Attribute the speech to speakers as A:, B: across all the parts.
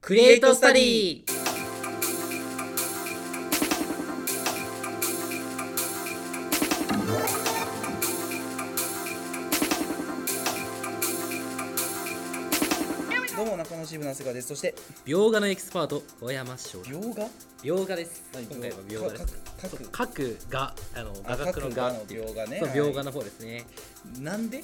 A: クリエイトスタディ
B: どうも中野支部の瀬川ですそして
A: 描画のエキスパート小山翔太
B: 描画
A: 描画です
B: 何
A: 今回は描画です
B: かかか
A: 書くがあの
B: あ
A: 画角の
B: 書く画
A: 画
B: の
A: っていう
B: 描画ね
A: そう
B: はい
A: 描画の方ですね
B: な んで
A: い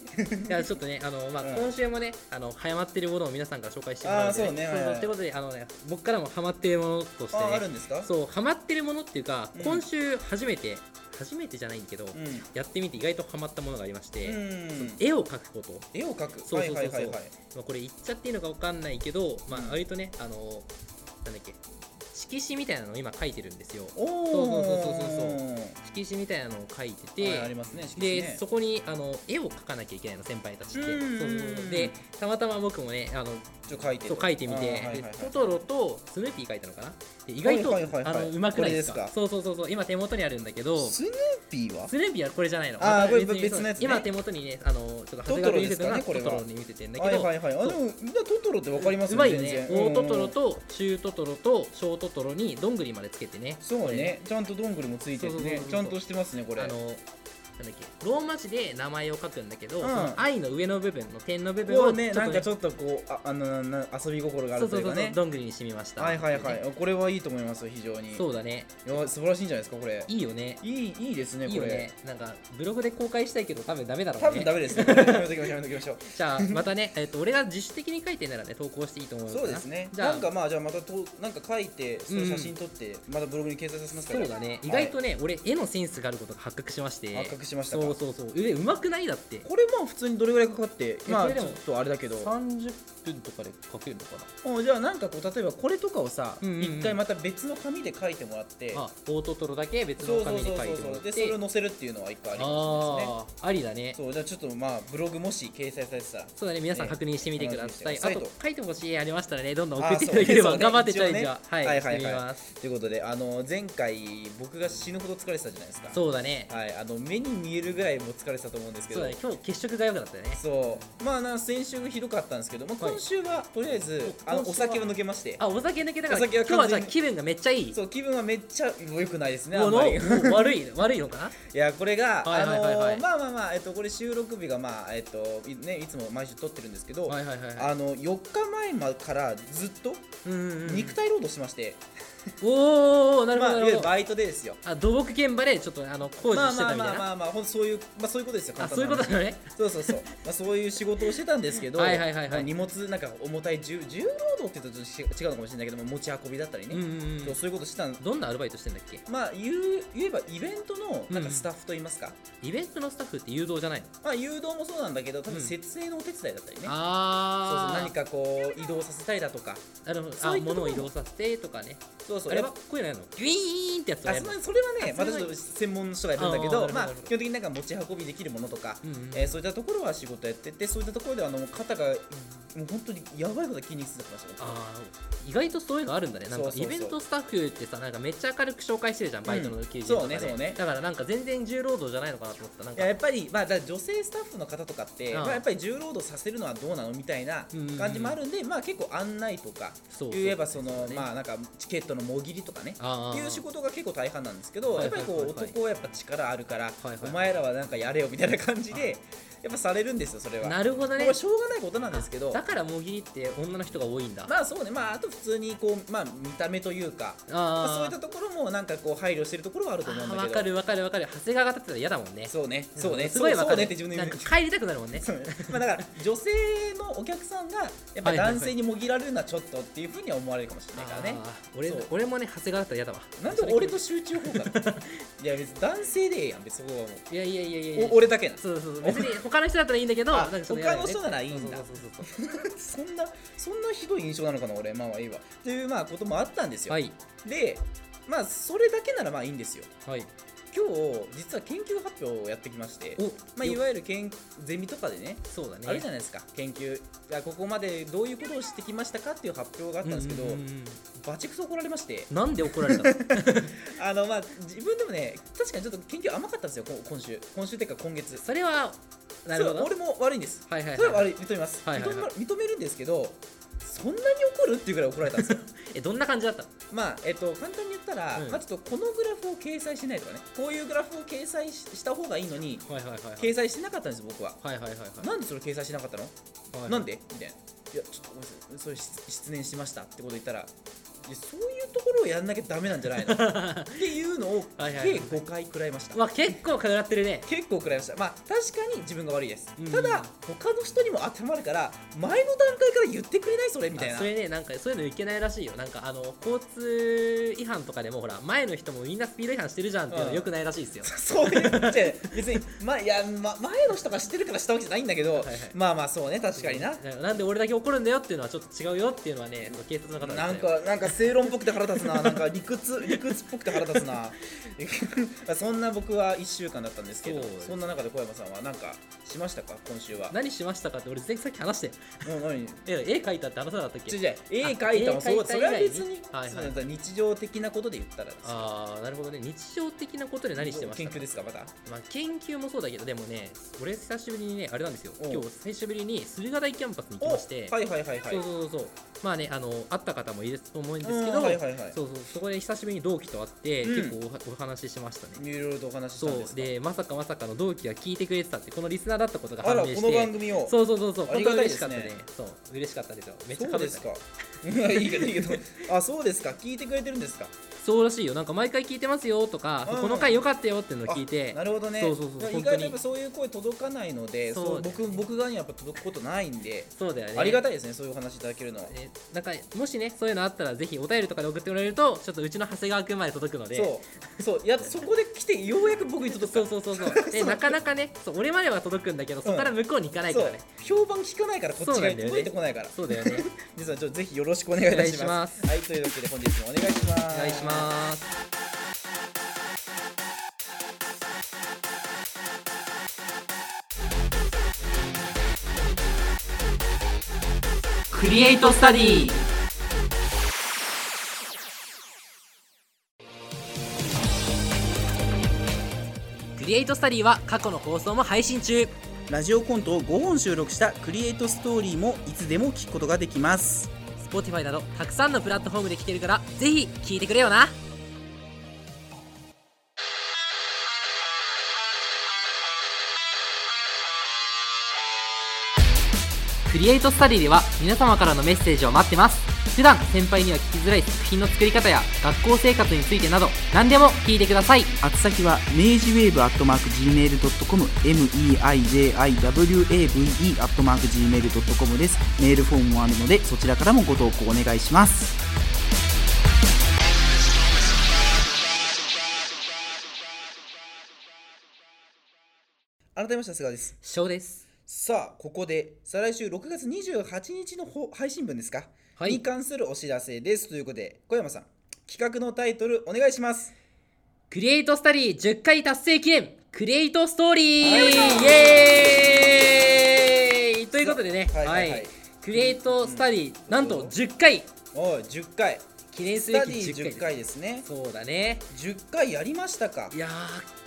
A: やちょっとねあのまあ
B: うん
A: 今週もねあの早まってるものを皆さんから紹介してもらうんで
B: あーそうねはいはい
A: そうそうということであのね僕からもハマってるものとして
B: ああ
A: ね
B: るんですか
A: そうハマってるものっていうか
B: うん
A: 今週初めて初めてじゃないんだけど
B: うん
A: やってみて意外とハマったものがありまし
B: う
A: て
B: ん
A: 絵を描くこと
B: 絵を描く
A: そうそうそうそう
B: はいはいはいはい
A: まあ、これ言っちゃっていいのかわかんないけど、まあ
B: うん、
A: 割とね、あのーなんだっけ、色紙みたいなのを今書いてるんですよ。
B: お
A: そう
B: お
A: そうそう色紙みたいなのを書いてて、
B: ありますね色紙
A: で、
B: ね
A: そこにあの絵を描かなきゃいけないの、先輩たちって。
B: うんうんうん
A: そうそうそうで、たまたま僕もね、あの
B: ちょっと描いて
A: そう書いてみて、
B: あーはいはいはい
A: でトトロとスヌーピー書いたのかな。で意外と、
B: はいはいはいはい
A: あのうまくないです
B: これ
A: か
B: ですか
A: そうそうそうそう、今手元にあるんだけど。
B: スヌーピーは
A: スヌーピーはこれじゃないの。
B: あ
A: ま
B: ー
A: た
B: これ
A: に
B: 別のやつね
A: 今手元にね、あのちょっと長谷川君に見せてたのが
B: ト
A: ト
B: トロですかねこれは
A: トロに見せてんだけ
B: は
A: ど、
B: いはいはいあ
A: そう
B: でもみんなトトロってわかります
A: う
B: よ
A: まいよ
B: 全
A: ね
B: 然
A: 大トト
B: う
A: ロ
B: ん
A: と中トトロと小トトロにどんぐりまでつけてね
B: そう
A: これ
B: ねちゃんとどんぐりもついてる
A: そうそうそ
B: ね
A: うそう
B: ちゃんとしてますねこれ
A: あのなんだっけローマ字で名前を書くんだけど、
B: う
A: そ
B: ん
A: の愛の上の部分の点の部分
B: こ
A: を
B: うね
A: ちょっ
B: なん
A: と
B: か
A: ね
B: ちょっとこうああのなな遊び心があ
A: そ
B: る
A: うそ
B: とい
A: そう
B: ううか
A: そう
B: ね
A: どんぐりに染みました
B: はいはいはい
A: ね
B: これはいいと思いますよ非常に
A: そうだね
B: いや素晴らしいんじゃないですかこれ
A: いいよね
B: いいいいですね
A: いい
B: こ
A: よ
B: れ
A: ねなんかブログで公開したいけど多分ダメだろうね
B: 多分ダ メですね。やめときましょう、やめときましょう。
A: じゃあまたね、えっと俺が自主的に書いてんならね投稿していいと思うから
B: そうですね。
A: じゃあ
B: なんかまあ、じゃあまたと、なんか書いて、その
A: うん
B: 写真撮って、またブログに掲載させますか
A: そ
B: ら。
A: うだね意外とね、俺絵のセンスがあることが発覚しまして
B: 発覚しましたか
A: そうそうそうえうまくないだって
B: これまあ普通にどれぐらいかかって、
A: え
B: ま
A: こ
B: あ
A: れ
B: ち
A: で
B: ょ
A: も
B: っとあれだけど、
A: 30分とかで書けるのか
B: おじゃあなんかこう例えばこれとかをさ、
A: うんうんうん
B: 一回また別の紙で書いてもらって、
A: あオートトロだけ別
B: そ
A: の
B: うそう
A: 紙
B: そ
A: に
B: う
A: 書いても
B: そ
A: らっ
B: う。
A: て
B: でそれを載せるっていうのはいっぱいありますね。
A: あーありだね
B: そうじゃあちょっとまあブログもし掲載されてたら。
A: そうだね皆さん
B: ね
A: 確認してみてください、
B: 楽しみにしてください
A: あと
B: と
A: 書いてほしい絵ありましたらねどんどん
B: あ
A: 送ってい
B: そ
A: た
B: う
A: だければ、
B: そうね
A: 頑張ってチャレンジは、
B: 一応
A: はい、
B: ねはいはいは
A: し
B: い
A: てみます
B: ということであの前回僕が死ぬほど疲れてたじゃないですか。
A: そうだね
B: はいあの目に見えるぐらいもう疲れてたと思うんですけ
A: そう
B: ど
A: だね。今日血色が良かったよね
B: そうまあな先週がひどかったんですけど、まあ、
A: はい
B: 今週はとりあえず、あの
A: 今
B: お
A: 週は
B: 酒は抜けまして
A: あお酒抜けたから
B: お酒
A: 今
B: は
A: 日は
B: 完
A: じゃ
B: 全
A: あ
B: に
A: 気分がめっちゃいい
B: そう気分はめっちゃ良くないですねあ
A: も
B: ん
A: の
B: まりい
A: もう悪い悪いのか
B: やこれが
A: はいは
B: あ
A: い
B: の
A: はいはい
B: ーまあまあまあ、えっと、これ収録日がまあえっといねいつも毎週撮ってるんですけど、
A: なはいはいはいはい
B: あの4日前まからずっと
A: うんうんうん
B: 肉体労働してまして、
A: おおなるほ
B: まあ
A: どなる
B: いわゆ
A: ほ
B: る
A: ど
B: バイトでですよ
A: あ土木現場でちょっとあの工事
B: まあ
A: して
B: ま
A: た
B: あ
A: み
B: ま
A: た
B: あ
A: いな
B: まあまあほんとそういうまあそういうことですよ
A: あ
B: 簡単
A: そうい
B: な
A: うことだね
B: そうそうそう、まあ、そういう仕事をしてたんですけど
A: はいはいはいはい
B: まあ荷物なんか重たい重重労働って言うとちょっと違うのかもしれないけども持ち運びだったりね、
A: うんうん
B: そうそういうことしてたん
A: うんどんなアルバイトしてんだっけ
B: まあ言う言えばイベントのなん
A: う
B: か
A: ん
B: スタッフといいますか、
A: イベントのスタッフって誘導じゃないの
B: まあ誘導もそうなんだけど
A: う
B: 多分
A: ん
B: 設営のお手伝いだったりね、そう
A: あ
B: そう
A: あ
B: 何かこう移動させたりだとか
A: なるほど
B: そ
A: あ
B: ういったとこ
A: 物を
B: ろ
A: 移動させてとかね
B: そうそう
A: あれ
B: や
A: は
B: っ
A: こういうのやるのギュイーンってやつを
B: ぱあ
A: や
B: そ
A: るの
B: れそれはね
A: あ
B: また
A: そ
B: ち
A: れは
B: ょっと専門の人がやるんだけ
A: あーな
B: ど
A: るほど
B: まあ
A: なるほど
B: 基本的になんか持ち運びできるものとか、
A: うんうん
B: えーそういったところは仕事やっててそういったところではあの肩がもう本当にやばいほど筋肉痛になってました
A: あー意外とそういうのあるんだねなん
B: そ
A: か
B: うそう
A: イ
B: そう
A: ベントスタッフってさなんかめっちゃ明るく紹介してるじゃんバイトの休日とかで、
B: うんそうねそうね
A: だからなんか全然重労働じゃないのかなと思ったなん
B: い
A: か
B: ややっぱり、まあ、だから女性スタッフの方とかって、
A: ああ
B: まあ、やっぱり重労働させるのはどうなのみたいな
A: うんうんうん
B: 感じもあるんで、まあ、結構案内とか
A: そう
B: 言えばその
A: うね
B: まあなんかチケットのもぎりとかね
A: あー
B: いう仕事が結構大半なんですけど、
A: はい
B: やっ
A: は
B: ぱ
A: い
B: り
A: はいはい
B: こう男はやっぱ力あるから、
A: いはい
B: お前らはなんかやれよみたいな感じで、やっぱされるんですよそれは。
A: なるほどね
B: これしょうがないことなんですけど
A: だからもぎりって女の人が多いんだ、
B: まあそうねまああと普通にこうまあ見た目というかまあ
A: あ
B: そういったところもなんかこう配慮してるところはあると思うんだけど
A: 分かる分かる分かる長谷川が立ってたら嫌だもんね
B: そうねそうね、
A: んすごい
B: そ
A: 分
B: う
A: かる
B: そうねって自分で
A: な
B: 言うんんだ
A: か
B: けど
A: 帰りたくなるもんね
B: そうねまあだから女性のお客さんがやっぱ
A: はいはいはい
B: 男性にもぎられるのはちょっとっていうふうには思われるかもしれないからね。
A: あー俺
B: そう
A: 俺もね長谷川だったら嫌だわ
B: なんで俺と集中砲火だ いや別に男性でええやん別にそこはも
A: いやいやいやいやいうや
B: お俺だけな
A: そうそうそう別に他の人だったらいいんだけど
B: あ
A: なんかちょっと嫌だよね
B: 他の人ならいいんだ
A: そうそうそうそう
B: そんなそんなひどい印象なのかな俺まあまあいいわっていうまあこともあったんですよ、
A: はい
B: でまあそれだけならまあいいんですよ
A: はい
B: 今日実は研究発表をやってきまして
A: お
B: まあいわゆる研ゼミとかでね
A: そうだね
B: あるじゃないですか研究あここまでどういうことをしてきましたかっていう発表があったんですけど、
A: うううん
B: バチクソ怒られまして
A: うんなんで怒られたの
B: あのまあ自分でもね確かにちょっと研究甘かったんですよこ今週今週っていうか今月
A: それはなるほ
B: そ
A: ど
B: う俺も悪いんです
A: はいはい
B: それは
A: はい
B: 悪い認めます、
A: はいはいはい
B: 認め認めるんですけどそそんなに怒るっていうぐらい怒られたんで すよ
A: えどんな感じだったの
B: まあえっと簡単に言ったら、
A: うん
B: まあちょっとこのグラフを掲載しないとかねこういうグラフを掲載しした方がいいのに
A: はいはいはいはい
B: 掲載してなかったんです僕は
A: はいはいはいはい
B: なんでそれ掲載しなかったの、
A: はい
B: なんでみたいな「いやちょっとごめんなさいそれ失失念しました」ってこと言ったらいやそういうところをやんなきゃダメなんじゃ ないのっていうのを
A: はい
B: 計
A: はいはい
B: 5回食らいました、
A: うわ結構かがってるね
B: 結構食らいましたまあ確かに自分が悪いです、
A: うん
B: ただ他の人にも当てはまるから前の段階から言ってくれないそれみたい
A: あ
B: な
A: それねなんかそういうのいけないらしいよなんかあの交通違反とかでもほら前の人もみんなスピード違反してるじゃんっていうの
B: うん
A: よくないらしいですよ、
B: そういうじゃあ別に、ま、いや、ま、前の人が知ってるからしたわけじゃないんだけど、
A: いはい
B: まあまあそうね確かにな、
A: だからなんで俺だけ怒るんだよっていうのはちょっと違うよっていうのはね警察の方が言ってた
B: な
A: よ
B: んかなんか正論っぽくて腹立つ ななんか理屈理屈っぽくて腹立つな そんな僕は1週間だったんですけど
A: そ
B: そう
A: です
B: んな中で小山さんは何かしましたか今週は
A: 何しましたかって俺全然さっき話して
B: うん何
A: え絵描いたって話さなかったっ
B: 違う
A: け
B: 違う絵描いたもそう
A: 絵描いた以外に
B: それは別に、
A: はいはい
B: そうなんだ日常的なことで言ったらですよ
A: ああなるほどね日常的なことで何してました
B: 研
A: か
B: 究ですかまた
A: まあ、研究もそうだけどでもね俺久しぶりにねあれなんですよ
B: おう
A: 今日久しぶりに駿河台キャンパスに行き
B: お
A: まして、
B: はいはいはいはい
A: そうそうそうそうまあねあの会った方もいると思うんですけ
B: う
A: ど、
B: んはいはいはい
A: そうそうそこで久しぶりに同期と会って、
B: うん
A: 結構おはお話ししましたね
B: いろいろとお話しした
A: そ
B: んで
A: う
B: すか
A: でまさかまさかの同期が聞いてくれてたってこのリスナーだったことが
B: あ
A: 判
B: ら
A: 明
B: こ
A: して
B: の番組を
A: そうそうそうそう
B: あ
A: 本
B: り
A: 当
B: が
A: に
B: た
A: 嬉し
B: いです
A: か
B: ね
A: ったねそう嬉しかったですよめっちゃ
B: そ
A: 被
B: うで
A: って
B: す
A: た
B: か。 いやいいけどいいけど。あそうですか。聞いてくれてるんですか。
A: そうらしいよなんか毎回聞いてますよとか、
B: うん
A: この回良かったよっていうのを聞いて
B: あなるほどね。
A: そうそうそう
B: いや
A: 本
B: 意
A: 当に
B: 外とやっぱそういう声届かないので、
A: そう
B: そう僕僕側にはやっぱ届くことないんで、
A: そうだよね
B: ありがたいですねそういうお話いただけるのは。
A: ねなんかもしねそういうのあったらぜひお便りとかで送ってもらえるとちょっとうちの長谷川君まで届くので
B: そうそういやそこで来てようやく僕に届くか
A: そ
B: ら
A: うそうそうそうでなかなかねそう俺までは届くんだけどそこから向こうに行かないからね、
B: そう評判聞かないからこっち
A: そう
B: が
A: なんだよね
B: 届いてこないから。
A: そうだよね
B: 皆さんちょっとぜひよろしくお願いいたし
A: お願
B: ま
A: いし
B: す。はいというわけで本日もお願いします。
A: お願いしますクリエイトスタディクリエイトスタディは過去の放送も配信中
B: ラジオコントを5本収録したクリエイトストーリーもいつでも聞くことができます。
A: Spotify などたくさんのプラットフォームで聴けるからぜひ聴いてくれよなクリエイトスタディでは皆様からのメッセージを待ってます普段先輩には聞きづらい作品の作り方や学校生活についてなど何でも聞いてください
C: 宛先は明治ウェーブアットマーク Gmail.com meijiwave アットマーク Gmail.com ですメールフォームもあるのでそちらからもご投稿お願いします
B: 改めまして菅です。
A: 翔です
B: さあここで再来週6月28日のほ配信分ですか、
A: はい
B: に関するお知らせですということで小山さん企画のタイトルお願いします
A: クリエイトスタディ10回達成記念クリエイトストーリーイ
B: はい
A: エーイということでね、
B: はいはいはい
A: クリエイトスタディ、なんと10回
B: おい10回
A: 記念す
B: ス
A: べ
B: タ
A: き
B: ディ
A: 10
B: 10
A: 回
B: 回ですね
A: そうだね
B: 10回やりましたか
A: いやー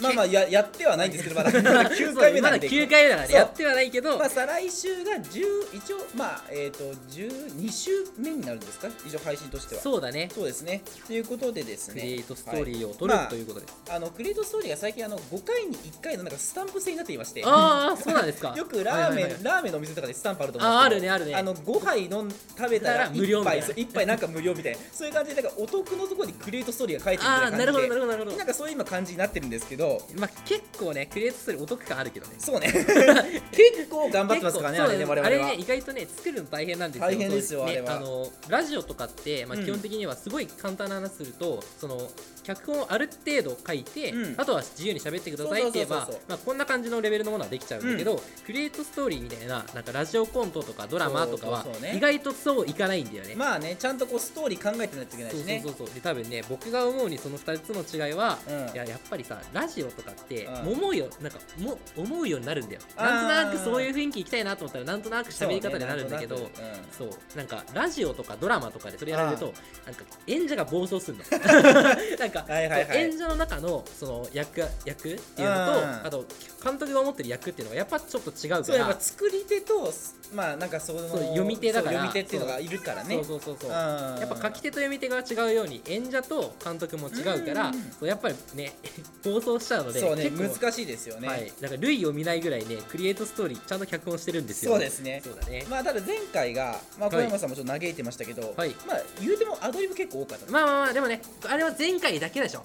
B: まあまあややってはないんですけどまだまだ9
A: そうだ
B: 回
A: ね
B: 目
A: まだ
B: なんで
A: 9回目だからね
B: そう
A: やってはないけど、
B: まあ再来週が10一応まあえっ、と12週目になるんですか以上配信としては
A: そうだね
B: そうですねということでです
A: ク
B: ね
A: リエイトストーリーを撮る、
B: はいまあ
A: ということです、
B: あのクリエイトストーリーが最近あの5回に1回のなんかスタンプ制になっていまして
A: ああそうなんですか
B: よくラー
A: はいは
B: メン、
A: いはい
B: ラーメンのお店とかでスタンプあると思う
A: あーあ
B: んで
A: る
B: す
A: ね
B: けど
A: あるね
B: あの5杯飲ん食べた
A: な
B: ら
A: ら無料
B: 1
A: みたいな
B: 杯そう一杯なんか無料みたいなそういう感じでなんかお得のところにクリエイトストーリーが書いてるみ
A: あ
B: た
A: あ
B: いな感じで
A: なるほどなるほどなるほど
B: なんかそういう今感じになってるんですけど
A: まあ結構ねクリエイトストーリーお得感あるけどね
B: そ うね結構頑張ってますからね
A: 結構
B: あれね
A: そう
B: 我
A: あ
B: 々
A: れ
B: は
A: ね意外とね作るの大変なんですよ
B: 大変ですよ
A: そうね
B: あれは
A: のラジオとかって、まあ、
B: うん
A: 基本的にはすごい簡単な話すると、その脚本をある程度書いて、
B: うん
A: あとは自由に喋ってくださいって言えば
B: そうそうそうそう
A: まあこんな感じのレベルのものはできちゃうんだけど、クリエイトストーリーみたいななんかラジオコントとかドラマとかは
B: そうそうそうね
A: 意外とそういかないんだよね。
B: まあねちゃんとこうストーリー考えてないといけないし
A: そう
B: ね
A: そうそうそうで多分ね僕が思うにその2つの違いは、
B: うん
A: いややっぱりさラジオとかって、
B: うん
A: 思うよなんかも思うようになるんだよ
B: あー
A: なんとなくそういう雰囲気いきたいなと思ったらなんとなく喋り方になるんだけど
B: そうねなんとなくうん
A: そう なんかラジオとかドラマとかでそれやられるとなんか演者が暴走するのなんかなんか、
B: はいはいはい
A: 演者の中のその役役っていうのと、
B: うん
A: あと監督が思ってる役っていうのがやっぱちょっと違うから
B: そうやっぱ作り手とまあなんかその
A: そう読み手だから
B: そう読み手っていうのがいるからね
A: そうそうそうそう
B: うん
A: やっぱ書き手と読み手が違うように演者と監督も違うから
B: うん
A: そうやっぱりね 放送しちゃうので
B: そうね
A: 結構
B: 難しいですよね、
A: はい、なんか類を見ないぐらいねクリエイトストーリーちゃんと脚本してるんですよ
B: そうですね
A: そうだね
B: まあただ前回が、まあ、
A: はい
B: 小山さんもちょっと嘆いてましたけど、
A: はい
B: まあ言うてもアドリブ結構多かった、
A: まあまあまあでもねあれは前回だけでし ょ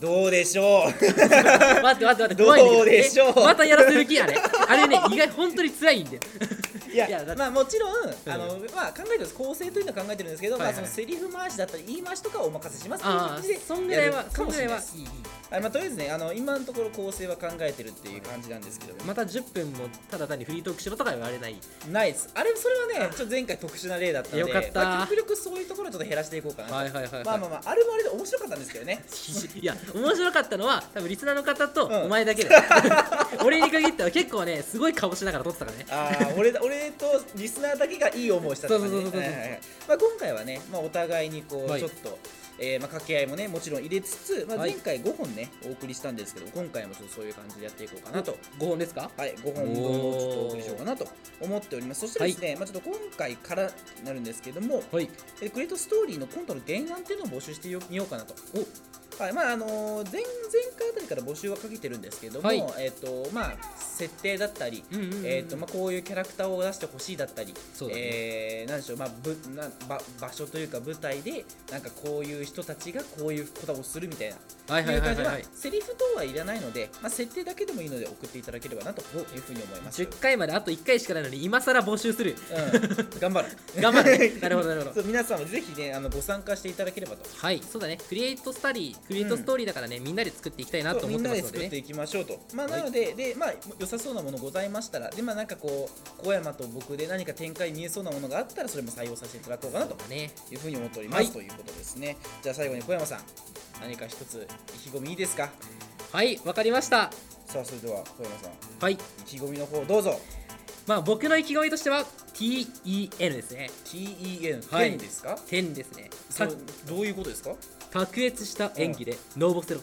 B: どうでしょう
A: 待って待って待って怖いんだけ
B: どうでしょう
A: えまたやらせる気 やねあれね意外本当に辛いんで
B: いや
A: いやだって
B: まあもちろん、あのまあ、考えてる構成というのは考えてるんですけど、
A: はいはい
B: まあ、そのセリフ回しだったり言い回しとかはお任せしますっていう
A: あ
B: 感じで
A: あそんぐらい
B: や
A: は
B: る
A: そ
B: か
A: ん
B: も
A: ぐ
B: し
A: らい
B: れない
A: は
B: です
A: いいいい
B: はいまあ、とりあえずねあの今のところ構成は考えてるっていう感じなんですけど、
A: また10分もただ単にフリートークしろとか言われない
B: ないですあれそれはねちょっと前回特殊な例だったので
A: よかった
B: まあ極力そういうところをちょっと減らしていこうかなと、
A: はいはいはいはい
B: まあまあまああれもあれで面白かったんですけどね
A: いや面白かったのは多分リスナーの方と
B: うん
A: お前だけ だ、俺に限っては結構ねすごい顔しながら撮ってたからね
B: あ あ俺だ俺とリスナーだけがいい思いしたとかね
A: そうそうそうそうそう
B: はいはいはいまあ今回はね、まあ、お互いにこう、
A: はい
B: ちょっと、えーまあ、掛け合いもねもちろん入れつつ、まあ、
A: はい
B: 前回5本ねお送りしたんですけど今回もちょっとそういう感じでやっていこうかなと。
A: 5本ですか
B: はい、5本分をちょっとお送りしようかなと思っておりますそしてですね、まあ、ちょっと今回からになるんですけども、
A: はい
B: えークレートストーリーのコントの原案っていうのを募集してよみようかなと
A: お
B: はいまああのー前前回あたりから募集はかけてるんですけども、
A: はい
B: えっ、とまあ設定だったり、
A: うんうんうんうん
B: えっ、とまあこういうキャラクターを出してほしいだったり、
A: そうだね
B: えーなんでしょうまあぶなば場所というか舞台でなんかこういう人たちがこういうことをするみたいな。
A: はいはいはい
B: って
A: は
B: う
A: い、はい
B: 感じで、まあセリフ等はいらないので、まあ、設定だけでもいいので送っていただければなというふうに思います。
A: 10回まであと1回しかないのに今更募集する
B: うん、頑張る
A: 頑張るね なるほどなるほど
B: そう皆さんもぜひねあのご参加していただければと
A: はいそうだねクリエイトスタディクリエイトストーリーだからね、みんなで作っていきたいなと思
B: み
A: っ
B: ん
A: て
B: な
A: ま
B: で
A: の
B: す
A: で
B: 作って
A: ね
B: いきましょうと、まあ、
A: はい
B: なので,、でまあ、良さそうなものございましたらで、まあ、なんかこう小山と僕で何か展開見えそうなものがあったらそれも採用させていただこうかなと
A: ね
B: いうふうに思っております、
A: はい
B: ということですねじゃあ最後に小山さん何か一つ意気込みいいですか
A: はいわかりました
B: さあそれでは小山さん
A: はい
B: 意気込みの方どうぞ
A: まあ僕の意気込みとしては TEN ですね
B: TEN
A: はい
B: 10ですか、
A: 10ですねた
B: そうどういうことですか
A: 卓越した演技でノーボセロ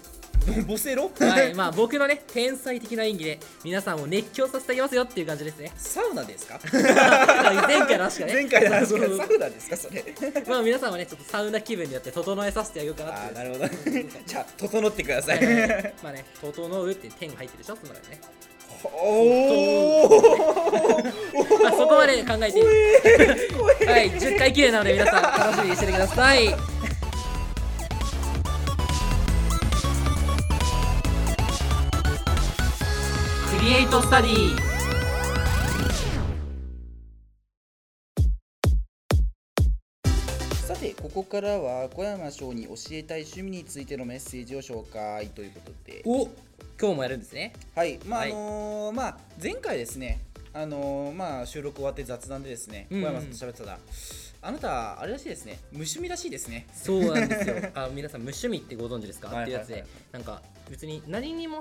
B: ボセロ、
A: はい、まあ僕のね天才的な演技で皆さんを熱狂させてあげますよっていう感じですね
B: サウナですか
A: 前回の話からね
B: 前回の話
A: そうそ
B: から
A: う
B: サ
A: そう
B: ウナですかそれ
A: まあ皆さんはねちょっとサウナ気分によって整えさせてあげようかな
B: あ
A: っ
B: あ
A: て
B: ないるほど じゃあ 整ってください、
A: うはいまあね「整う」っていう点が入ってるでしょその中でね
B: おお
A: まあそこまで考えているはい10回綺麗なので皆さん楽しみにしててくださいクリエイトスタディ
C: さてここからは小山翔に教えたい趣味についてのメッセージを紹介ということで
A: お今日もやるんですね
B: はいまあ、
A: はい
B: あのーまあ前回ですねあのーまあ収録終わって雑談でですね
A: うん
B: 小
A: うん
B: 山さんと喋ってたら、あなたあれらしいですね無趣味らしいですね
A: そうなんですよあ皆さん無趣味ってご存知ですか、
B: はいはいはい
A: っていうやつでなんか別に何にも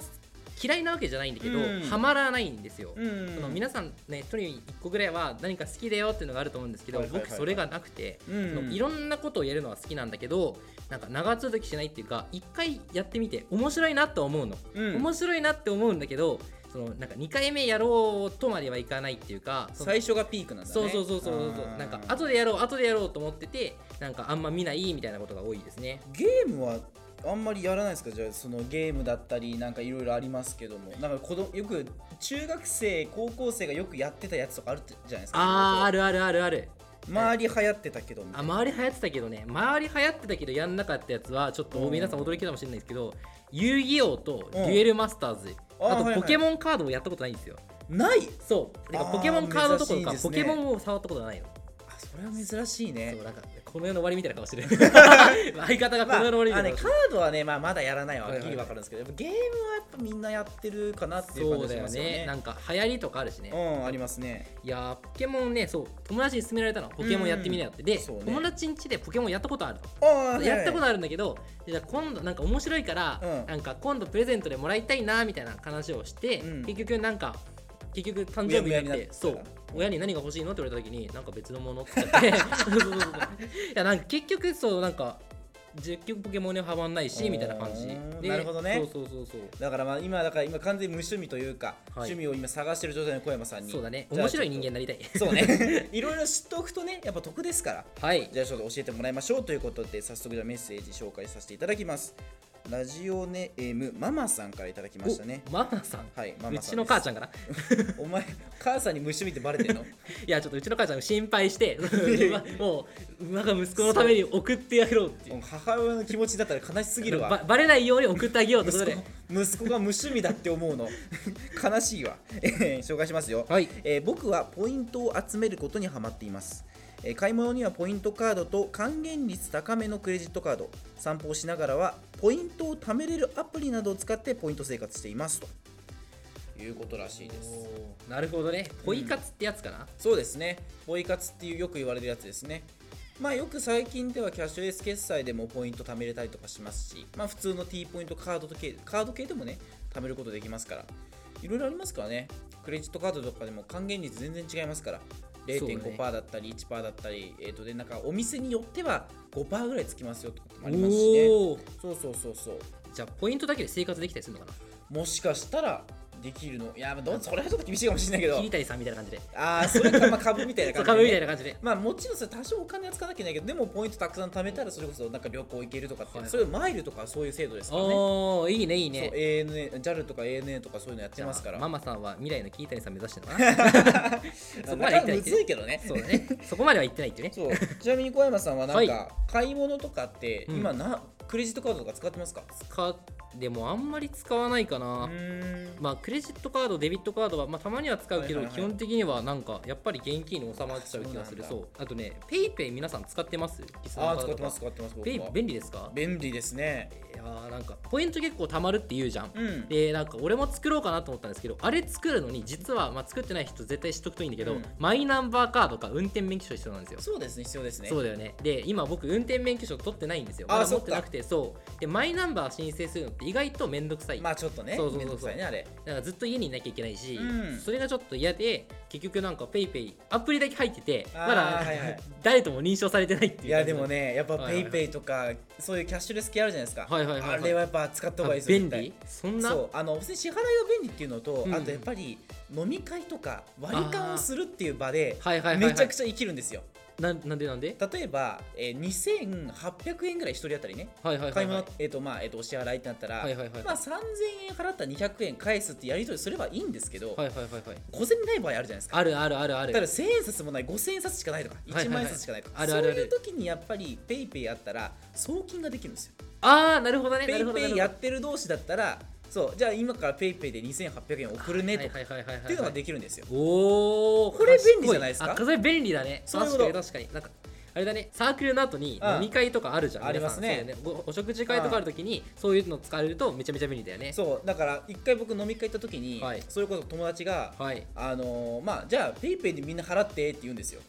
A: 嫌いなわけじゃないんだけど、
B: うん
A: ハマらないんですよ、
B: うん
A: その皆さんねとに1個ぐらいは何か好きだよっていうのがあると思うんですけど、
B: はいはいはいはい
A: 僕それがなくて、
B: うん
A: そのいろんなことをやるのは好きなんだけどなんか長続きしないっていうか1回やってみて面白いなと思うの、
B: うん
A: 面白いなって思うんだけどそのなんか2回目やろうとまではいかないっていうかその
B: 最初がピークなんだね
A: そうそうそうそうそうそうなんか後でやろう後でやろうと思っててなんかあんま見ないみたいなことが多いですね
B: ゲームはあんまりやらないですかじゃあそのゲームだったりなんかいろいろありますけどもなんか子供よく中学生高校生がよくやってたやつとかあるじゃないですか
A: あーあ
B: る
A: るあるあるある
B: 周り流行ってたけどみた
A: あ
B: いな
A: 周り流行ってたけどね周り流行ってたけどやんなかったやつはちょっと
B: うん
A: 皆さん驚きかもしれないですけど遊戯王とデュエルマスターズ
B: うんあ
A: あ
B: は
A: と
B: いはい
A: ポケモンカードをやったことないんですよ
B: ない
A: そうてか
B: あー
A: ポケモンカードどころか
B: 珍しい
A: ポ
B: です
A: ケ
B: ね
A: モンを触ったことがないの
B: あそれは珍しいね
A: そうなんかこの世の終わりみたいな顔してる 相方がこの世の終わりみたいな顔して
B: まあ、あねカ
A: る
B: ードはね、まあ、まだやらないははっきりわかるんですけど、やっぱゲームはやっぱみんなやってるかなっていう感
A: そうだ
B: じがし
A: よ
B: ますよね
A: ねなんか流行りとかあるしね
B: うんありますね
A: いやーポケモンねそう友達に勧められたのポケモンやってみなよってで、
B: そうね
A: 友達ん家でポケモンやったことある
B: ああ
A: のやったこと
B: い
A: あるんだけどじゃあ今度なんか面白いから、
B: うん
A: なんか今度プレゼントでもらいたいなみたいな話をして、
B: うん
A: 結局なんか結局誕生日になって
B: うやむやになって
A: そう親に何が欲しいの って言われた時になんか別のものって言っちゃってそうそうそうそういやなんか結局そうなんか10曲ポケモンにはまんないしみたいな感じ
B: おー
A: で
B: なるほどね
A: そうそうそうそ
B: だからまあ今だから今完全に無趣味というか、
A: はい
B: 趣味を今探してる状態の小山さ
A: う
B: んに
A: そうだね
B: じゃあ
A: 面白い人間になりたい
B: そうね いろいろ知っておくとねやっぱ得ですから
A: はい
B: じゃあちょっと教えてもらいましょうということで早速じゃあメッセージ紹介させていただきますラジオネームママさんからいただきましたね
A: おママさん
B: はいママさん
A: う
B: です
A: ちの母ちゃんかな
B: お前母さんに無趣味ってバレてんの
A: いやちょっとうちの母ちゃん心配して もう馬が息子のために送ってやろうっていう
B: もう母親の気持ちだったら悲しすぎるわ
A: ばバレないように送ってあげようってこ
B: 息
A: と
B: 子
A: で
B: 息子が無趣味だって思うの 悲しいわ、えー紹介しますよ、
A: はい
B: えー僕はポイントを集めることにハマっていますえー買い物にはポイントカードと還元率高めのクレジットカード散歩をしながらはポイントを貯めれるアプリなどを使ってポイント生活していますということらしいです
A: おーなるほどねポイ活ってやつかな、
B: そうですねポイ活っていうよく言われるやつですねまあよく最近ではキャッシュレス決済でもポイント貯めれたりとかしますしまあ普通の T ポイントカードと系カード系でもね貯めることできますからいろいろありますからねクレジットカードとかでも還元率全然違いますから0.5%だったり1%だったり、えっ、とでなんかお店によっては5%ぐらいつきますよってこともありますしね
A: おおー
B: そうそうそうそう
A: じゃあポイントだけで生活できたりするのか
B: もしかしたらできるのいやまあどうそれはちょっと厳しいかもしれないけ
A: な
B: ど
A: 桐谷さんみたいな感じで
B: あ あそれかまあ株みたいな感じでね、
A: 株みたいな感じで
B: まあもちろんそれ多少お金は使わなきゃいけないけどでもポイントたくさん貯めたらそれこそなんか旅行行けるとかって、
A: はい
B: そういうマイルとかそういう制度ですからねそう
A: おおいいねいいね
B: ANA JAL とか ANA とかそういうのやって
A: じゃあ
B: ますから
A: ママさんは未来の桐谷さん目指してるのかな
B: な
A: そ
B: か
A: こ
B: な
A: まで行っ
B: か
A: てない
B: む
A: って
B: ずいけどね
A: そうだねそこまでは言ってないっていうね
B: そうちなみに小山さんはなん
A: は
B: か買い物とかって
A: うん
B: 今な、クレジットカードとか使ってますか
A: かでもあんまり使わないかな、
B: うーん
A: まあクレジットカードデビットカードは、まあ、たまには使うけど、
B: はいはいはい
A: 基本的にはなんかやっぱり現金に収まっちゃう気がする
B: あ
A: そ
B: そうう
A: あとねペイペイ皆さん使ってます
B: ああ使ってます使ってます僕
A: ペイ
B: は
A: 便利ですか
B: 便利ですね
A: いやーなんかポイント結構たまるって言うじゃん、
B: うん
A: でなんか俺も作ろうかなと思ったんですけどあれ作るのに実は、まあ、作ってない人絶対知っとくといいんだけど、
B: うん
A: マイナンバーカードか運転免許証必要なんですよ
B: そうですね必要ですね
A: そうだよねで今僕運転免許証取ってないんですよ
B: あ
A: まだ持
B: そ
A: っ
B: ってか
A: なくてそうでマイナンバー申請するのって意外と面倒くさい、
B: まあちょっとね
A: そうそうそうそう
B: めんどくさいねあれ
A: だからずっと家にいなきゃいけないし、
B: うん
A: それがちょっと嫌で結局なんかペイペイアプリだけ入ってて
B: あー
A: まだ、
B: はいはい
A: 誰とも認証されてないっていう
B: い
A: い
B: やでもねやっぱ
A: はい
B: ペ
A: はい
B: イペイとかそういうキャッシュレス系あるじゃないですか
A: はいはいはいはい
B: あれはやっぱ使った方がいいですよ
A: 便
B: 絶対
A: 利そんな
B: そうあの普通に支払いが便利っていうのと、
A: うん
B: あとやっぱり飲み会とか割り勘をするっていう場で
A: はいはいはい、はい、
B: めちゃくちゃ生きるんですよ、
A: ななんでなんで
B: 例えば、えー2800円ぐらい一人当たりね
A: はいはいは
B: 買
A: い
B: い
A: は
B: 物
A: い、
B: えっとまあえっとお支払いってなったら、
A: はいはいはい
B: まあ、3000円払ったら200円返すってやり取りすればいいんですけど、
A: はいはいはいはい
B: 小銭ない場合あるじゃないですか
A: あるあるあるある
B: ただ1000円札もない5000円札しかないとか
A: いはいはい
B: 1万円札しかないとか、
A: あるあるある
B: そういう時にやっぱりペイペイあったら送金ができるんですよ
A: ああなるほどねな
B: ペ
A: る
B: イ
A: ほど
B: ペイ
A: な
B: や
A: る
B: ってる同士だったらそうじゃあ今からペイペイで2800円送るねとか
A: ほどはいはいはいはいはい
B: っていうのができるんですよ。
A: おお
B: これ便利じゃないですか
A: それ便利だね
B: そういう
A: 確
B: こ
A: かに
B: と
A: 確かになんかあれだねサークルの後に
B: うん
A: 飲み会とかあるじゃん、
B: ありますね
A: 皆さんそうだよおお食事会とかあるときにそういうの使えるとめちゃめちゃ便利だよね
B: そうだから一回僕飲み会行った時に、
A: はい
B: それこそ友達が、
A: はい
B: あのーまあじゃあペイペイでみんな払ってって言うんですよ。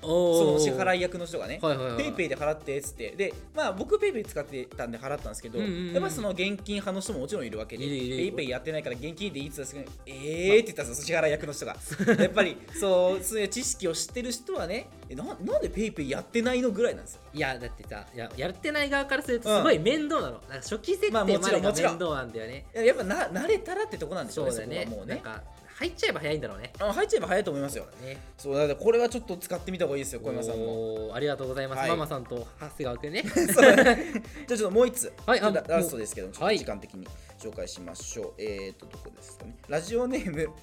B: そ
A: お
B: の支払
A: い
B: い役の人がね。
A: はいはいはいはい
B: ペイペイで払ってっつってでまあ僕ペイペイ使ってたんで払ったんですけど、
A: うんうんうん
B: やっぱその現金派の人ももちろんいるわけで
A: いるいるい
B: ペ
A: る
B: イペイやってないから現金でいいって言ったんですけどえーって言ったんですよ支払い役 の人がやっぱりそうそういう知識を知ってる人はねえななんでペイペイやってないのぐらいなんですよ
A: いやだってさいややってない側からするとすごい面倒なの、なんか初期設定ま
B: まあ
A: で
B: も
A: が
B: ちろん
A: 面
B: もちろん
A: 倒なんだよね、
B: いややっぱな慣れたらってとこなんでしょ
A: そううだ
B: ね
A: ね
B: こはもう
A: なん
B: ね
A: か入っちゃえば早いんだろうね
B: あ入っちゃえば早いと思いますよ
A: ね
B: そうだからこれはちょっと使ってみた方がいいですよ小山さんも
A: おーありがとうございます、
B: はい
A: ママさんと長谷川くんね
B: そう だねじゃあちょっともう一つ、
A: はい
B: ちょっと
A: あ
B: ララストですけどもちょっ
A: は
B: と
A: い
B: 時間的に紹介しましょう、えーとどこですかねラジオネーム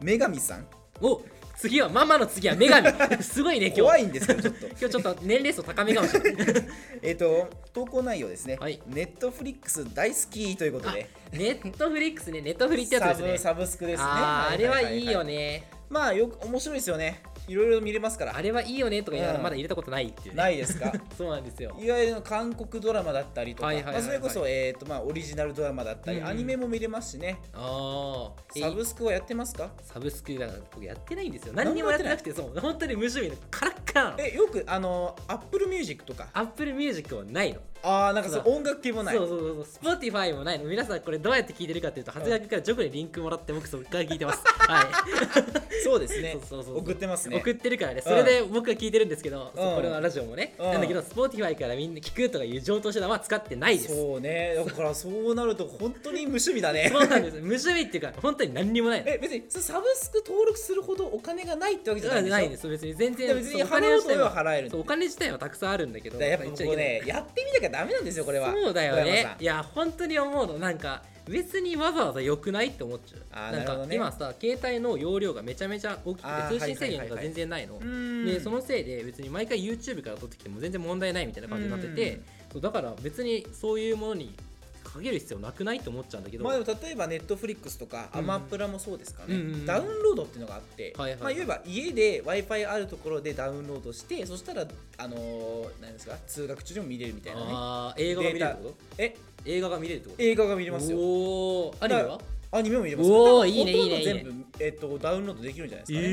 B: 女神さん
A: お次はママの次は女 神すごいね今日
B: 怖いんですけどち ょっと
A: 今日ちょっと年齢層高めかもしれ ない
B: えっと投稿内容ですね、
A: はい
B: ネットフリックス大好きということで
A: ネットフリックスねネットフリってやつ
B: サ
A: ですね
B: ブサブスクですね
A: あーあれはいいよ
B: ね
A: ね
B: まあよく面白いですよねいろいろ見れますから
A: あれはいいよねとか言いなが
B: う
A: ら
B: ん
A: まだ入れたことないっていうね
B: ないですか
A: そうなんですよ
B: いわゆる韓国ドラマだったりとか、
A: はいはいはいはい
B: まあ、それこそ、えーとまあ、オリジナルドラマだったり、
A: うんうん
B: アニメも見れますしね
A: ああ
B: サブスクはやってますか
A: サブスクが僕やってないんですよ何にもやってなくてそう本当に無趣味でカラッからなの
B: えよくあの Apple Music とか
A: Apple Music もないの
B: あーなんかそう音楽系もない
A: そうそうそうそう Spotify もないの皆さんこれどうやって聞いてるかっていうと長谷川君からジョグにリンクもらって僕そこから聞いてます はい
B: そうですね
A: そうそうそうそう
B: 送ってますね
A: 送ってるからねそれで僕が聞いてるんですけど、そう
B: うん
A: これはラジオもね、
B: うん
A: なんだけど Spotify からみんな聞くとかいう上等手段は使ってないですそう
B: そうねだからそうなると本当に無趣味だね
A: なんです無趣味っていうか本当に何にもないの
B: え別にそれサブスク登録するほどお金がないってわけじゃないんでしょ
A: ないんです別に全
B: で
A: 然
B: も別に
A: そうお金
B: 払うと
A: 自体
B: は払えるん
A: そうお
B: だ
A: 金自体はたくさんあるんだけど
B: からやっぱこ
A: 言
B: こ
A: ちゃいけない
B: ねやってみなきゃダメなんですよこれは
A: そうだよ
B: 小山
A: ね
B: さん
A: いや本当に思うのなんか別にわざわざ良くないって思っちゃ
B: あ
A: うなん
B: ーなる
A: か
B: ほどね
A: 今さ携帯の容量がめちゃめちゃ大きく
B: あー
A: て通信制
B: は
A: 限
B: いはい
A: が
B: はいはい
A: 全然ないの
B: うーん
A: でそのせいで別に毎回 YouTube から撮ってきても全然問題ないみたいな感じになって
B: う
A: て
B: ん
A: そうだから別にそういうものにかける必要なくないって思っちゃうんだけど
B: まあでも例えばネットフリックスとか
A: うん
B: アマプラもそうですかね、
A: うんうん
B: ダウンロードっていうのがあって、
A: はいはい
B: まあ、いわば家で w i f i あるところでダウンロードしてそしたら、あのー、なんですか通学中でも見れるみたいなね
A: あー映画が見れるってこと
B: え
A: 映画が見れるってこと
B: 映画が見れますよ
A: おおアニメは
B: アニメも見れます
A: おー
B: だから
A: いいね
B: ほとんど
A: いいねいいね
B: 全部、えっとダウンロードできるんじゃないですかね、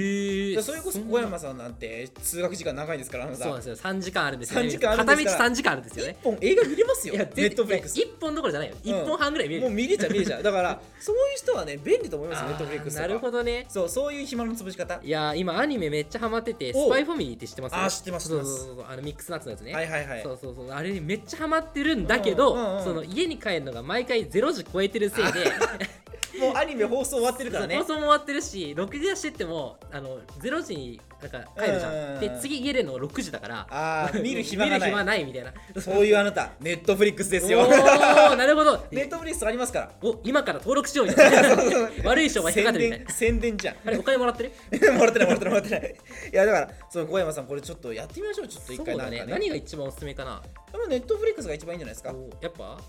A: え
B: だからそれこそ小
A: んな
B: 山さんなんて通学時間長いですからあな
A: そ
B: た
A: うなんですよ3時間あるんですよね
B: 3時間あるんですから
A: 片道3時間あるんですよね
B: 一本映画見れますよ
A: いや、
B: ネットフリックス
A: 1本どころじゃないよ。1本半ぐらい見れる
B: も
A: よ。
B: う見れちゃう見れちゃうだからそういう人はね便利と思いますよネ ッ
A: あ
B: トフリック
A: ー
B: ス
A: なるほどね。
B: そうそういう暇の潰し方はい
A: いやー、今アニメめっちゃハマってて、
B: おう
A: スパイファミリーって知ってます
B: あー知ってます
A: そうそうそうそう、あのミックスナッツのやつね。
B: はいはい
A: そうそうそうあれにめっちゃハマってるんだけど、
B: うんうんうん
A: その家に帰るのが毎回0時超えてるせいで、
B: もうアニメ放送終わってるから
A: そう
B: ね
A: 放送も終わってるし6時だしってもあの0時になんか帰るじ
B: うんうん
A: ゃ
B: うんん
A: で次家出るの6時だから
B: あー見る暇がない
A: 見る暇ないみたいな
B: そういうあなたネットフリックスです よ
A: おーなるほど
B: ネットフリックスありますから
A: お今から登録しようみたい な悪い商売引っかかっ
B: 宣
A: てるみたい
B: 伝
A: な
B: 宣伝じゃん
A: あれお金もらってる
B: もらってないもらってないもらってないいやだからその小山さんこれちょっとやってみましょうちょっと一
A: そう
B: 回
A: だ
B: なんか
A: ね
B: ね
A: 何が一番おすすめかな
B: でもネットフリックスが一番いいんじゃないですか
A: おやっぱ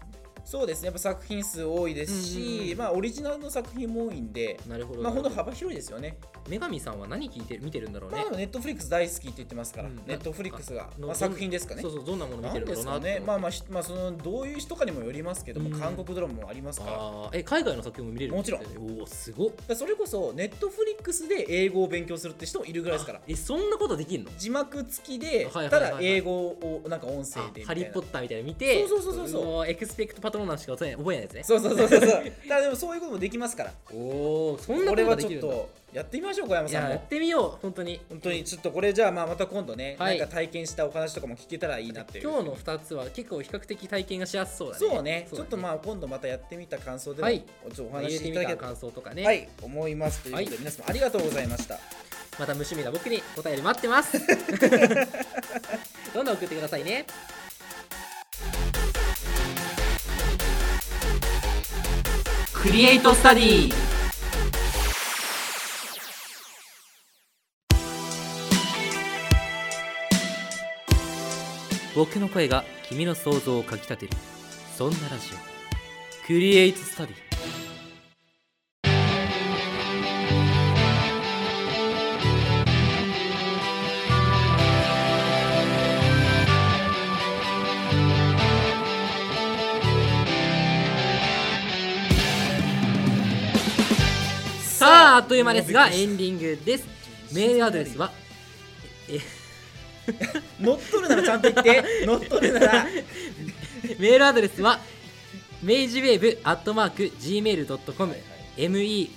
B: そうですねやっぱ作品数多いです
A: うんうんう
B: し
A: ん
B: まあオリジナルの作品も多いんで
A: なるほど
B: まあほんと
A: なるほ
B: 幅広いですよね
A: ど女神さんは何聞いてる見てるんだろう
B: まあ
A: ね
B: でもネットフリックス大好きって言ってますから
A: うん
B: ネットフリックスが
A: の
B: まあ作品ですかね
A: そうそうどんなもの見
B: な
A: て
B: ん
A: るんだ
B: で
A: ろ
B: す
A: うな
B: か
A: って
B: ねまあまあひまあそのどういう人かにもよりますけども
A: うん
B: 韓国ドラマもありますから
A: あーえ海外の作品も見れる
B: もちろん
A: んおおすごっ
B: だからそれこそネットフリックスで英語を勉強するって人もいるぐらいですから
A: えそんなことできるの
B: 字幕付きで
A: はいはい
B: た
A: はいはい
B: だ英語をなんか音声
A: あ
B: でみた
A: ハ
B: い
A: リ
B: な
A: ー・ポッターみたいなの見て
B: そうそうそうそうそう
A: もエクスペクトパトローナーしか覚えないやつね
B: そうそうそうそうそうだからでもそういうこともできますから
A: おおそんな
B: こ
A: こ
B: れ
A: とが
B: は
A: で
B: ち
A: き
B: ょっ
A: るんだ
B: とやってみましょう小山
A: い
B: さ
A: や
B: ん
A: や
B: も
A: ってみよう本当に
B: 本当にちょっとこれじゃあまあまた今度ね、
A: はい
B: なんか体験したお話とかも聞けたらいいなっていう
A: 今日の2つは結構比較的体験がしやすそうだね
B: そうねちょっと
A: あ
B: まあ今度またやってみた感想でも、
A: はい
B: ちょっとお話
A: 入れ
B: してい
A: み
B: ただけ
A: た
B: たら
A: 感想とかね、
B: はい思いますということで、
A: はい
B: 皆様ありがとうございました
A: また無趣味な僕にお便り待ってますどんどん送ってくださいねクリエイトスタディ僕の声が君の想像をかきたてるそんなラジオクリエイトスタディさああっという間ですがエンディングですメールアドレスは
B: 乗っ取るならちゃんと言って 乗っ取るなら
A: メールアドレスは、明治ウェーブアットマーク Gmail.com、meijiwave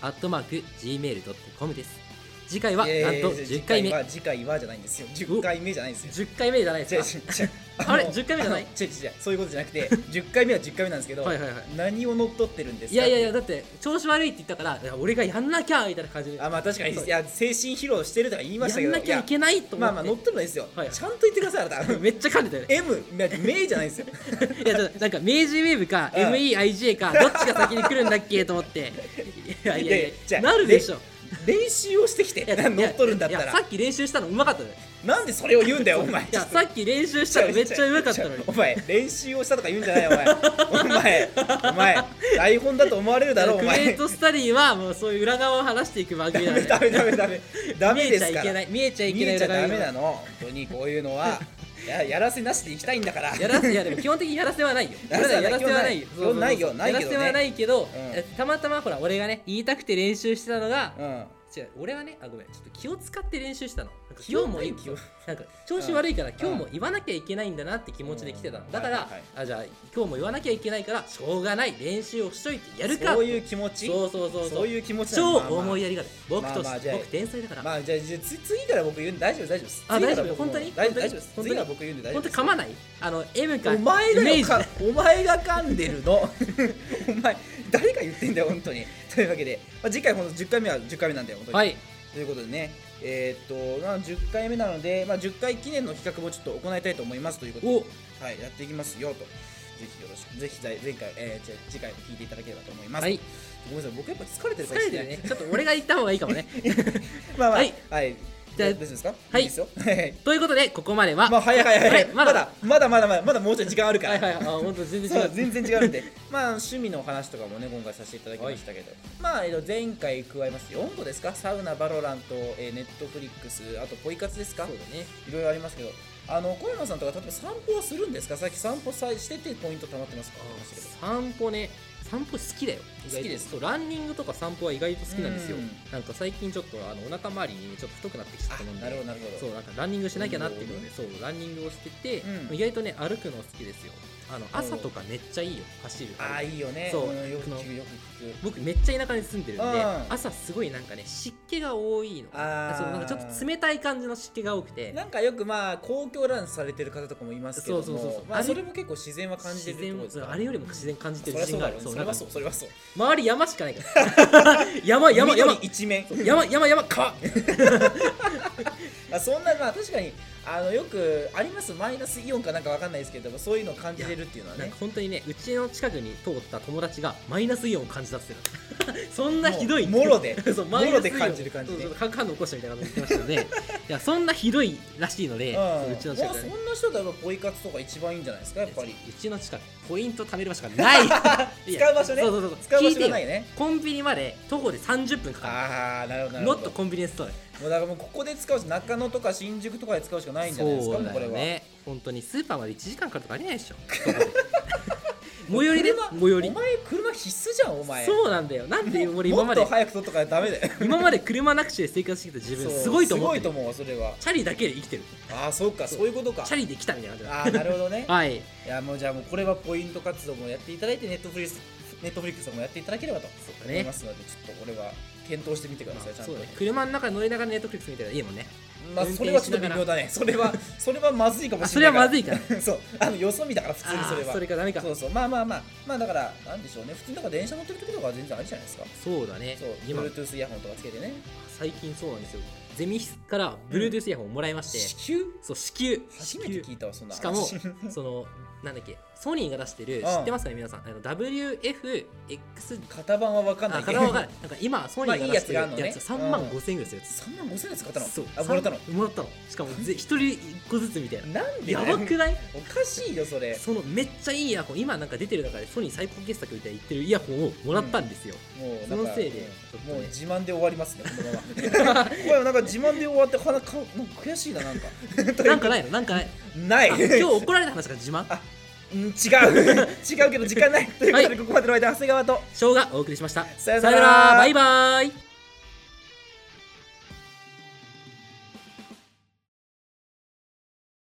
A: アットマーク Gmail.com です。次回は、なんと10回目。
B: いやいやいや次回は次回はじゃないんですよ10回目じゃないんですよ
A: 10回目じゃない
B: 違う
A: ですか。
B: 違う違う
A: あれ
B: の
A: 10回目じゃない
B: あの違う違う違うそういうことじゃなくて10回目は10回目なんですけど
A: はいはいはい
B: 何を乗っ取ってるんですか
A: いやいやいや、
B: って
A: だって、調子悪いって言ったから、いや俺がやんなきゃみたいな感じで、
B: あまあ確かにいや精神疲労してるとか言いましたけ
A: やん
B: ど
A: なきゃいけないと思って。
B: まあまあ乗ってるのはいいですよ、
A: はい
B: ちゃんと言ってくださいあ なた
A: めっちゃ噛んでたよね。
B: M な名じゃな いですよ
A: いや、ちょっとなんか、明治ウェーブか、
B: うん
A: MEIJ か、どっちが先に来るんだっけと思って。いやいや
B: いやい
A: い
B: やじゃ
A: や、
B: あ
A: なるでしょ。
B: 練習をしてきて
A: いや
B: 乗っ取るんだっ
A: い
B: た
A: やいや
B: ら
A: さっき練習したのうまかったね
B: なんでそれを言うんだよお前
A: いや さっき練習したのめっちゃうまかったのに
B: お前練習をしたとか言うんじゃないよお前お前お前台本だと思われるだろお
A: クリエイ
B: 前
A: トスタディはもうそういう裏側を話していく番組なので
B: ダメダメダメダメ
A: 見
B: で
A: えちゃ
B: す
A: い
B: か
A: け
B: ら
A: ない見えちゃい
B: 見
A: けない
B: えちゃ
A: 裏側
B: ダメなの本当にこういうのはややらせなしでいきたいんだから
A: やらせいやでも基本的にやらせはないよ
B: やらせはない
A: やらせはないよ
B: 基本
A: そうそうそ
B: ない
A: う
B: 基本ないよないけど
A: やら
B: ね
A: せはないけど
B: うん
A: えたまたまほら俺がね言いたくて練習してたのが
B: うん
A: 違う俺はねあごめんちょっと気を使って練習したのなんか
B: 気
A: 今
B: を
A: 日もいい
B: 気を
A: なんか調子悪いから
B: ん
A: 今日も言わなきゃいけないんだなって気持ちで来てた
B: う
A: の
B: ん
A: だから、
B: はいはいはい
A: あじゃあ今日も言わなきゃいけないからしょうがない練習をしといてやるか
B: そういう気持ち
A: そうそうそうそう
B: そういう気持ちな
A: 超
B: のまあまあ
A: 思いやりがある僕とし、
B: まあまあじゃあ
A: 僕天才だから、
B: まあじゃあじゃあつ次から僕言うんで大丈夫大丈夫です
A: あ
B: 次から
A: 大丈夫
B: 僕も
A: 本当に
B: 大丈夫
A: 本当に
B: 大丈夫です
A: 本当に
B: 次から僕言うんで大丈
A: 本
B: 夫
A: 当
B: です
A: 噛まないあの M か
B: お前だ
A: イメ
B: よ
A: ージ
B: かお前が噛んでるの お前誰が言ってんだよ本当にというわけで、まあ、次回ほんと10回目は10回目なんだよ本当に、
A: はい
B: ということでねえーっと、まあ、10回目なので、まあ、10回記念の企画もちょっと行いたいと思いますということで、
A: お
B: はい、やっていきますよとぜひよろしくぜひ前前回、えー、じゃあ次回も聞いていただければと思います、
A: はい
B: ごめんなさい僕やっぱ疲れてる
A: 疲
B: から
A: れてるね ちょっと俺が言った方がいいかも ね
B: まあまあ、
A: は
B: はいい。
A: じゃあ
B: どうですか
A: はい
B: いですよ。はい
A: ということでここまでは、
B: まあ、早、はい
A: あ
B: は
A: れ
B: い。
A: ま
B: ま
A: だ
B: だ、まだまだまだ、まだもうちょい時間あるか
A: はいはい
B: ら。
A: あ本当全然違
B: そう
A: う
B: 全然違うんで、 まあ趣味のお話とかもね、今回させていただきましたけど、まあえっと前回加えます4個ですか、サウナ、バロラント、えーネットフリックス、あとポイ活ですか、
A: そうだね
B: いろいろありますけど、あの小山さんとか、例えば散歩はするんですか、さっき散歩さえしててポイント溜まってますかって言ってましたけど
A: 散歩ね散歩好きだよ意外と
B: 好きです
A: そうランニングとか散歩は意外と好きなんですよ
B: うん
A: なんか最近ちょっとあのお腹周りにねちょっと太くなってきちゃったもん
B: あ
A: で
B: なるほど、なるほ
A: そ
B: ど。
A: うなんかランニングしなきゃなっていうので、
B: 運
A: そうランニングをしてて、
B: うん
A: 意外とね歩くの好きですよあの
B: お
A: 朝とかめっちゃいいよ走る
B: ああ、いいよね、
A: そうん
B: よく聞く、よく聞く。
A: 僕めっちゃ田舎に住んでるんで、
B: うん
A: 朝すごいなんかね湿気が多いの
B: あー
A: そうなんかちょっと冷たい感じの湿気が多くて
B: なんかよくまあ公共ランされてる方とかもいますけども
A: そうそうそうそう
B: ま
A: あ
B: あ、
A: れ
B: それも結構自然は感じてるってことです
A: 自
B: か
A: 然あれよりも自然感じてる
B: そりゃ
A: 自
B: そ
A: 信が
B: う
A: あ
B: だ
A: る
B: ろう
A: そう
B: そ
A: な
B: れ
A: んか
B: はそうそれはそう
A: 周り山しかないから 山山山
B: 緑一面
A: 山山山川
B: あそんなまあ確かにあのよくありますマイナスイオンかなんかわかんないですけどもそういうのを感じてるっていうのは
A: なん
B: ね
A: か本当にねうちの近くに通った友達がマイナスイオンを感じたっ すよそんなひどい
B: もうもろで
A: そう
B: も
A: マイナ
B: ろ
A: スイ
B: で
A: オン
B: 感じる感じね
A: そうそう核反応起こしたみたいな感じで言ってましたのでいやそんなひどいらしいので、
B: う
A: そうんうちの
B: ま
A: 近
B: あ
A: く
B: そ
A: ね
B: んな人だとポイ活とか一番いいんじゃないですかやっぱり
A: うちの近くポイント貯める場所がないいや
B: 使う場所ね
A: そうそうそう
B: 使う場
A: 聞
B: 所
A: てよ
B: がないね
A: コンビニまで徒歩で30分かか
B: ああなるほ
A: る
B: どなる
A: ノ
B: ほ
A: ット
B: ど
A: コンビニエンスストアで
B: もうだからもうここで使うし中野とか新宿とかで使うしかないんじゃないですか
A: そう
B: もう
A: だ
B: これ
A: よ
B: は
A: ね本当にスーパーまで1時間かかるとかあ りえないでしょ徒歩で最寄りで
B: 車
A: 最寄り
B: お前車必須じゃんお前
A: そうなんだよなんで俺今
B: も
A: ま
B: っ
A: で
B: と早く取っとかダメだよ
A: 今まで車なくして生活してきた自分 すごいと思ってる
B: すごいと思うわそれは
A: チャリだけで生きてる
B: ああそうかそういうことか
A: チャリで来たみたいな感じだ
B: ああなるほど ね
A: はい
B: いやもうじゃあもうこれはポイント活動もやっていただいてネットフリックスネットフリックスもやっていただければと
A: そうだ
B: 思い
A: ね
B: ますので、ちょっとこれは検討してみてくだ
A: ま
B: さい、ち
A: あ
B: ゃんと
A: そうだね車の中乗りながらネットフリックスみたいな家もんね
B: まあそれはちょっと微妙だねそれは それはまずいかも
A: あ
B: し
A: そ
B: れ
A: れ
B: な
A: はい
B: から
A: まずいからね
B: そうあのよそ見だから普通にそれ
A: あー
B: は
A: それかダメか
B: そうそうまあまあまあまあだからなんでしょうね普通にだから電車乗ってる時とかは全然ありじゃないですか
A: そうだね
B: そう
A: 今
B: Bluetooth イヤホンとかつけてね
A: 最近そうなんですよゼミから Bluetooth イヤホンをもらいまして、
B: 子宮
A: そう支給
B: 初めて聞いたわそんな
A: しかも
B: 話
A: そのなんだっけソニーが出してる、
B: ん
A: 知ってますかね皆さんあの WFX
B: 型番は分かんない
A: あ
B: け
A: からわ
B: ど
A: か んないなんか今ソニーが出してる
B: まあいいやつがあんのね
A: やつ3万5千円ぐらいするやつ、
B: 3万5000円使ったの
A: そう
B: あもらったの
A: もらったのしかも ぜ一人一個ずつみたいな
B: なんで
A: や
B: だよ
A: ばくない
B: おかしいよそれ
A: そのめっちゃいいイヤホン今なんか出てる中でソニー最高傑作みたいに言ってるイヤホンをもらったんですよ、
B: もう
A: そのせいで
B: なんか
A: ちょっとね
B: もう自慢で終わりますねこのまま これなんか自慢で終わって鼻かなんか悔しいななんかという
A: なんかないのなんかない
B: な い
A: あ今日怒られた話が自慢
B: あうん 違う違うけど時間ないということで、
A: はい
B: ここまでの間長谷川と
A: ショーがお送りしました
B: さよなら
A: バイバイ